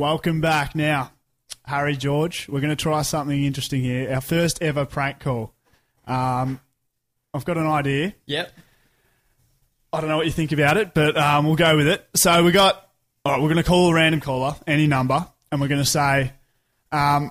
Welcome back. Now, Harry George, we're going to try something interesting here. Our first ever prank call. Um, I've got an idea. Yep. I don't know what you think about it, but um, we'll go with it. So we got. All right, we're going to call a random caller, any number, and we're going to say, um,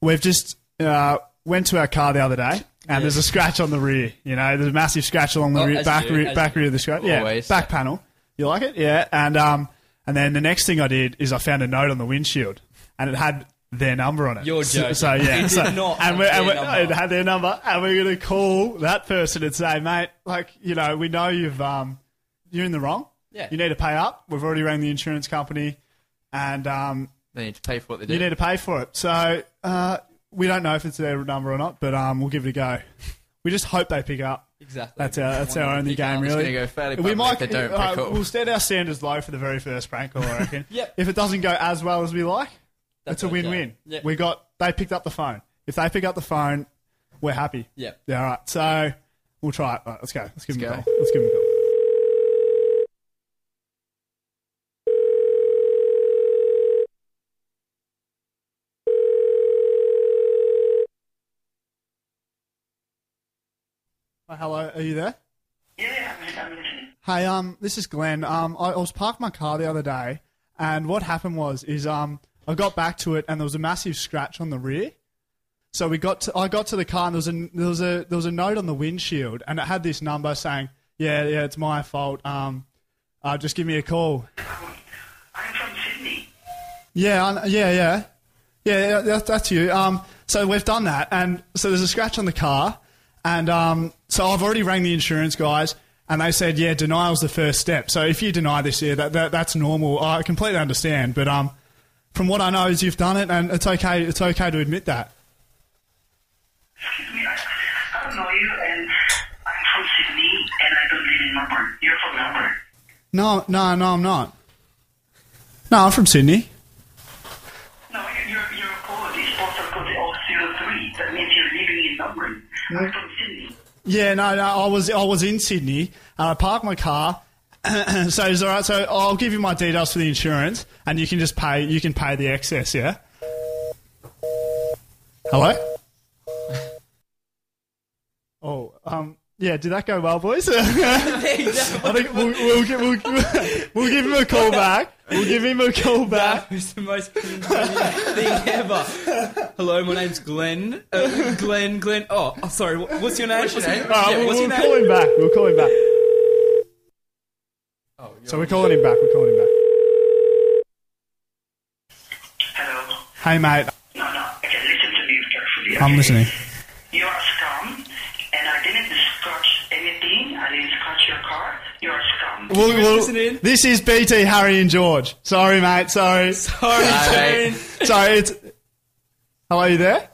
"We've just uh, went to our car the other day, and there's a scratch on the rear. You know, there's a massive scratch along the Oh, rear, as back you do, rear, as back you rear do. of the scratch. Always. Yeah, back panel. You like it? Yeah. And um, and then the next thing I did is I found a note on the windshield, and it had their number on it. You're So- joking. So, yeah, It did so, and not have we're, their and we're, number. it had their number, and we're going to call that person and say, mate, like you know, we know you've um, you're in the wrong. Yeah. You need to pay up. We've already rang the insurance company, and um, They need to pay for what they do. you need to pay for it. So uh, we don't know if it's their number or not, but um, we'll give it a go. We just hope they pick up. Exactly. That's our that's our only Pick up. game, It's really. gonna go fairly we public might uh, if they don't pick up. We'll set our standards low for the very first prank call, I reckon. Yep. If it doesn't go as well as we like, it's That's a our game. win-win. Yep. We got they picked up the phone. If they pick up the phone, we're happy. Yep. Yeah. All right. So we'll try it. All right, let's go. Let's give Let's them a go. call. Let's give them a call. Oh, hello, are you there? Hey, um, this is Glenn. Um, I, I was parked my car the other day, and what happened was is um, I got back to it, and there was a massive scratch on the rear. So we got to, I got to the car, and there was a there was a there was a note on the windshield, and it had this number saying, "Yeah, yeah, it's my fault. Um, uh, just give me a call." I'm from Sydney. Yeah, I, yeah, yeah, yeah. yeah, That, that's you. Um, so we've done that, and so there's a scratch on the car, and um, so I've already rang the insurance guys, and they said, yeah, denial's the first step. So if you deny this, yeah, that, that that's normal. I completely understand, but um, from what I know is you've done it, and it's okay. It's okay to admit that. Excuse me, I, I don't know you, and I'm from Sydney, and I don't live in Melbourne. You're from Melbourne. No, no, no, I'm not. No, I'm from Sydney. No, your, your code is postal code 003. That means you're living in Melbourne. I'm from Sydney. Yeah, no, no, I was I was in Sydney. Uh, I parked my car. so it's all right. So I'll give you my details for the insurance, and you can just pay. You can pay the excess. Yeah. Hello. oh, um, yeah. Did that go well, boys? I think we'll, we'll, gi- we'll, we'll give him a call back. We'll give him a call back. That was the most convenient thing ever. Hello, my name's Glenn. Uh, Glenn, Glenn. Oh, oh, sorry. wha- What's your name? What's your name? All right, Yeah, Uh, we'll, what's we'll your name? call him back. We'll call him back. Oh, you're- So we're calling him back. We're calling him back. Hello. Hey, mate. No, no. Okay, listen to me carefully. I'm okay? listening. You are scum, and I didn't scratch anything. I didn't scratch your car. You are scum. Well, Keep it well, listening. this is BT Harry and George. Sorry, mate. Sorry. Sorry, Sorry. Jane. Sorry. It's. Hello, you there?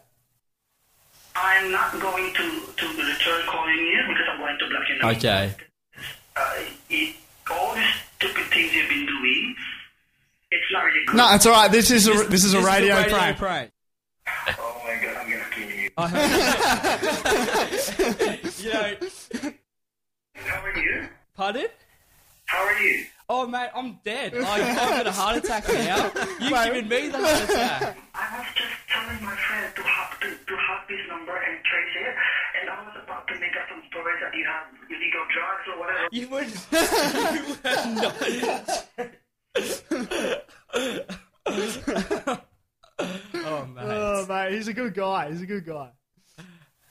I'm not going to, to return calling you because I'm going to block your number. Okay. uh, it, all these stupid things you've been doing, it's not really good. No, it's all right. This is a this is a the radio, prank. prank. Oh my god, I'm gonna kill you. I have- you know, How are you? pardon? How are you? Oh, mate, I'm dead. I, I've got a heart attack now. You've given me the heart attack. I was just telling my friend to hop to, to hop his number and trace it, and I was about to make up some stories that you have illegal drugs or whatever. You were, you were not. oh, mate. Oh, mate, he's a good guy. He's a good guy.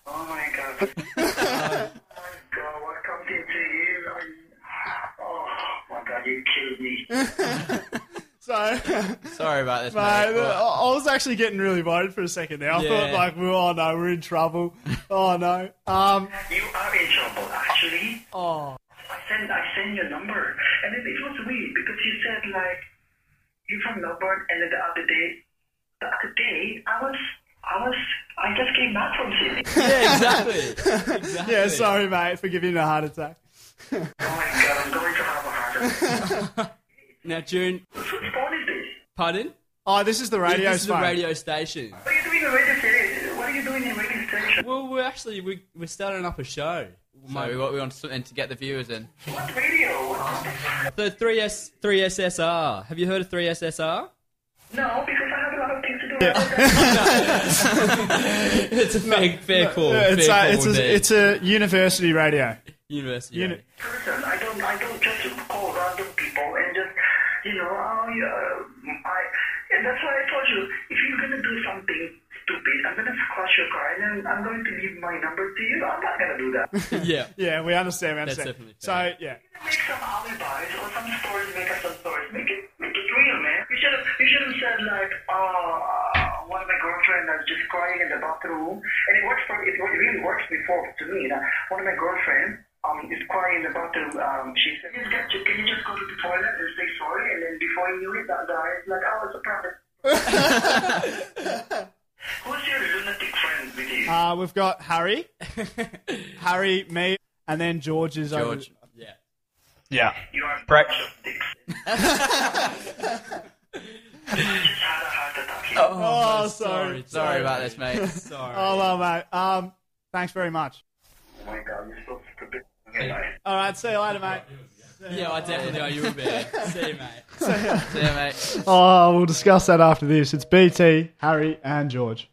Oh my god. oh my god, what comes into you? I- Oh my god, you killed me. So, mate, Sorry about this, I, mate. Well, I was actually getting really worried for a second there. I Yeah. thought like, we- oh no, we're in trouble. Oh no. Um. You are in trouble, actually. Oh. I send I send your number, and it, it was weird because you said like you're from Melbourne, and then the other day, the other day I was I was I just came back from Sydney. yeah, exactly. exactly. Yeah. Sorry, mate, for giving you a heart attack. oh my god, I'm going to have a heart attack. Now, June, Whose phone is this? pardon? Oh, this is the radio. this is the phone. radio station. What are you doing in radio station? What are you doing in radio station? Well, we're actually we, we're starting up a show. So we want, we want something to get the viewers in. What radio? What the fuck? The 3S 3SSR. Have you heard of 3SSR? No, it's a fair, fair call. Yeah, it's, fair a, call it's, a, indeed. it's a university radio. university. uni- right. person. I don't I don't just call random people and just you know oh yeah I and that's why I told you if you're gonna do something stupid I'm gonna squash your car and then I'm going to leave my number to you. I'm not gonna do that. You're Yeah. Yeah, we understand. We That's understand. definitely so fair. yeah, gonna make some alibis or some stories make up some stories. Make it make it real, man. You should have you should have said like oh one of my girlfriend was just crying in the bathroom and it works for it really works before to me. Now, one of my girlfriend um, is crying in the bathroom. Um, she said, "Just get you- can you just go to the toilet and say sorry? And then before you knew it, the guy is like, oh, it's a problem. Who's your lunatic friend with you? uh, we've got Harry, Harry, me, and then George is over- George. Yeah. Yeah. you are a Brett. bunch of dicks. I just had a heart attack here. Oh, sorry. Sorry about this, mate. Sorry. Oh well, mate. Um, thanks very much. Oh my god, you're so stupid. Okay, bye. All right, see you later, mate. yeah, I definitely know you would be. See you, mate. See you, mate. Oh, we'll discuss that after this. It's BT, Harry, and George.